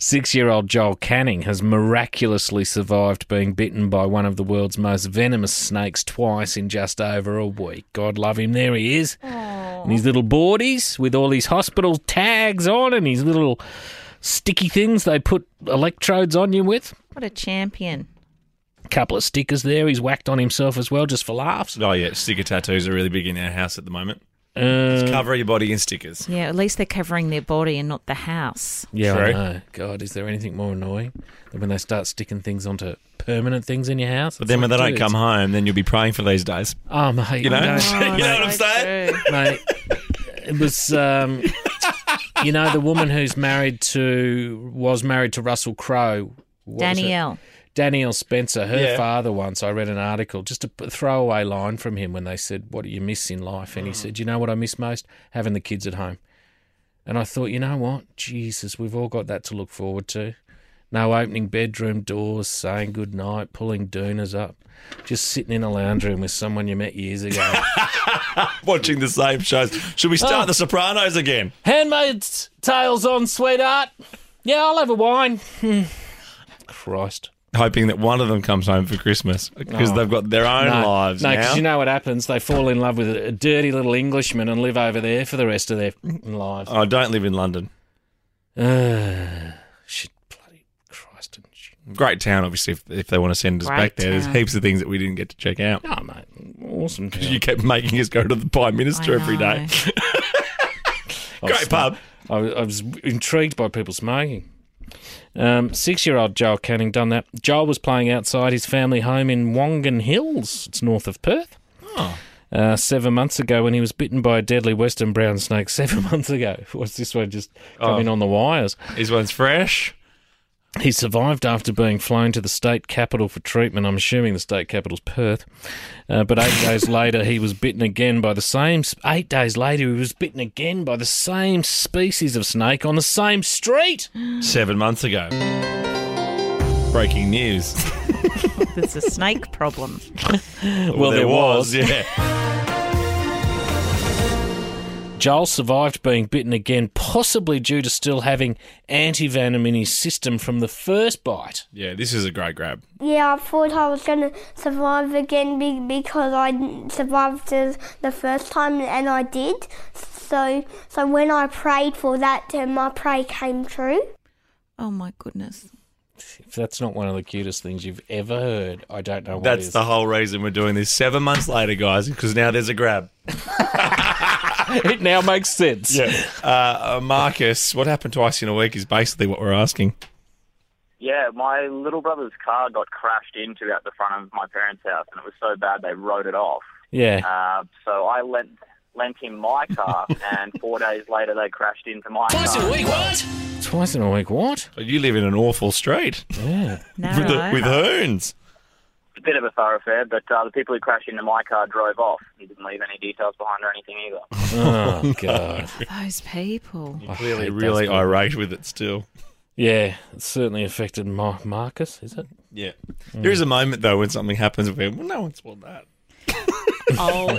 Six year old Joel Canning has miraculously survived being bitten by one of the world's most venomous snakes twice in just over a week. God love him. There he is. And his little boardies with all his hospital tags on and his little sticky things they put electrodes on you with. What a champion. Couple of stickers there. He's whacked on himself as well just for laughs. Oh yeah, sticker tattoos are really big in our house at the moment. Uh, Cover your body in stickers. Yeah, at least they're covering their body and not the house. Yeah, I True. know. God, is there anything more annoying than when they start sticking things onto permanent things in your house? But then when they don't come home, then you'll be praying for these days. oh mate, You know? no, you know what I'm saying? mate, it was. Um, you know the woman who's married to was married to Russell Crowe. What was her- Danielle. Danielle Spencer, her Yeah. father once, I read an article, just a p- throwaway line from him when they said, What do you miss in life? And he said, You know what I miss most? Having the kids at home. And I thought, You know what? Jesus, we've all got that to look forward to. No opening bedroom doors, saying goodnight, pulling doonas up, just sitting in a lounge room with someone you met years ago. Watching the same shows. Should we start Oh. The Sopranos again? Handmaid's Tales on, sweetheart. Yeah, I'll have a wine. Hmm. Christ. Hoping that one of them comes home for Christmas because Oh. they've got their own no, lives No, now. because you know what happens. They fall in love with a a dirty little Englishman and live over there for the rest of their f***ing lives. I Oh, don't live in London. Ugh. shit, bloody Christ and shit. Great town, obviously, if, if they want to send us Great back there. town. There's heaps of things that we didn't get to check out. No, mate, awesome. town. You kept making us go to the Prime Minister every day. I was Great sm- pub. I, was- I was intrigued by people smoking. Um, six-year-old Joel Canning done that. Joel was playing outside his family home in Wongan Hills. It's north of Perth. Uh, seven months ago, when he was bitten by a deadly western brown snake. Seven months ago. What's this one just coming on the wires? This one's fresh. He survived after being flown to the state capital for treatment. I'm assuming the state capital's Perth. Uh, but eight days later, he was bitten again by the same. Eight days later, he was bitten again by the same species of snake on the same street. Seven months ago. Breaking news. It's a snake problem. Well, there was. Yeah. Joel survived being bitten again, possibly due to still having antivenom in his system from the first bite. Yeah, this is a great grab. Yeah, I thought I was going to survive again be- because I n- survived the the first time and I did. So, so when I prayed for that, uh, my prayer came true. Oh my goodness. If that's not one of the cutest things you've ever heard, I don't know what That's is. the whole reason we're doing this seven months later, guys, because now there's a grab. it now makes sense. Uh, uh, Marcus, what happened twice in a week is basically what we're asking. Yeah, my little brother's car got crashed into out the front of my parents' house, and it was so bad they wrote it off. Yeah. Uh, so I lent lent him my car, and four days later they crashed into my car. Twice in a week, what? You live in an awful street Yeah. No. with, the, with hoons. It's a bit of a thoroughfare, but uh, the people who crashed into my car drove off and didn't leave any details behind or anything either. Oh, God. Those people. I Clearly, hate those really people. irate with it still. Yeah, it certainly affected Mar- Marcus, is it? Yeah. There is a moment, though, when something happens where, well, no one's want that. Oh.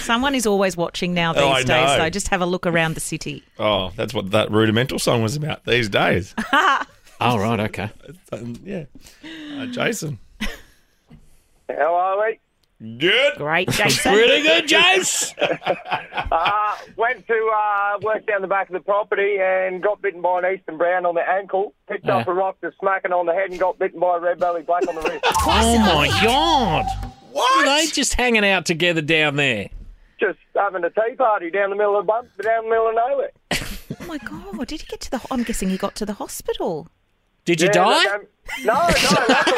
Someone is always watching now these Oh, I days, know. though. Just have a look around the city. Oh, that's what that rudimental song was about these days. Oh, right, okay. Um, yeah. Uh, Jason. How are we? Good. Great, Jason. good, James! Went to uh, work down the back of the property and got bitten by an eastern brown on the ankle. Picked Yeah. up a rock to smack it on the head and got bitten by a red belly black on the wrist. oh, my God! What? Are they just hanging out together down there? Just having a tea party down the middle of bump, down the middle of nowhere. oh my God. Did he get to the. I'm guessing he got to the hospital. Did you Yeah, die? that- No,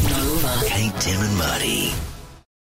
no, luckily not. Kate, Tim, and Marty.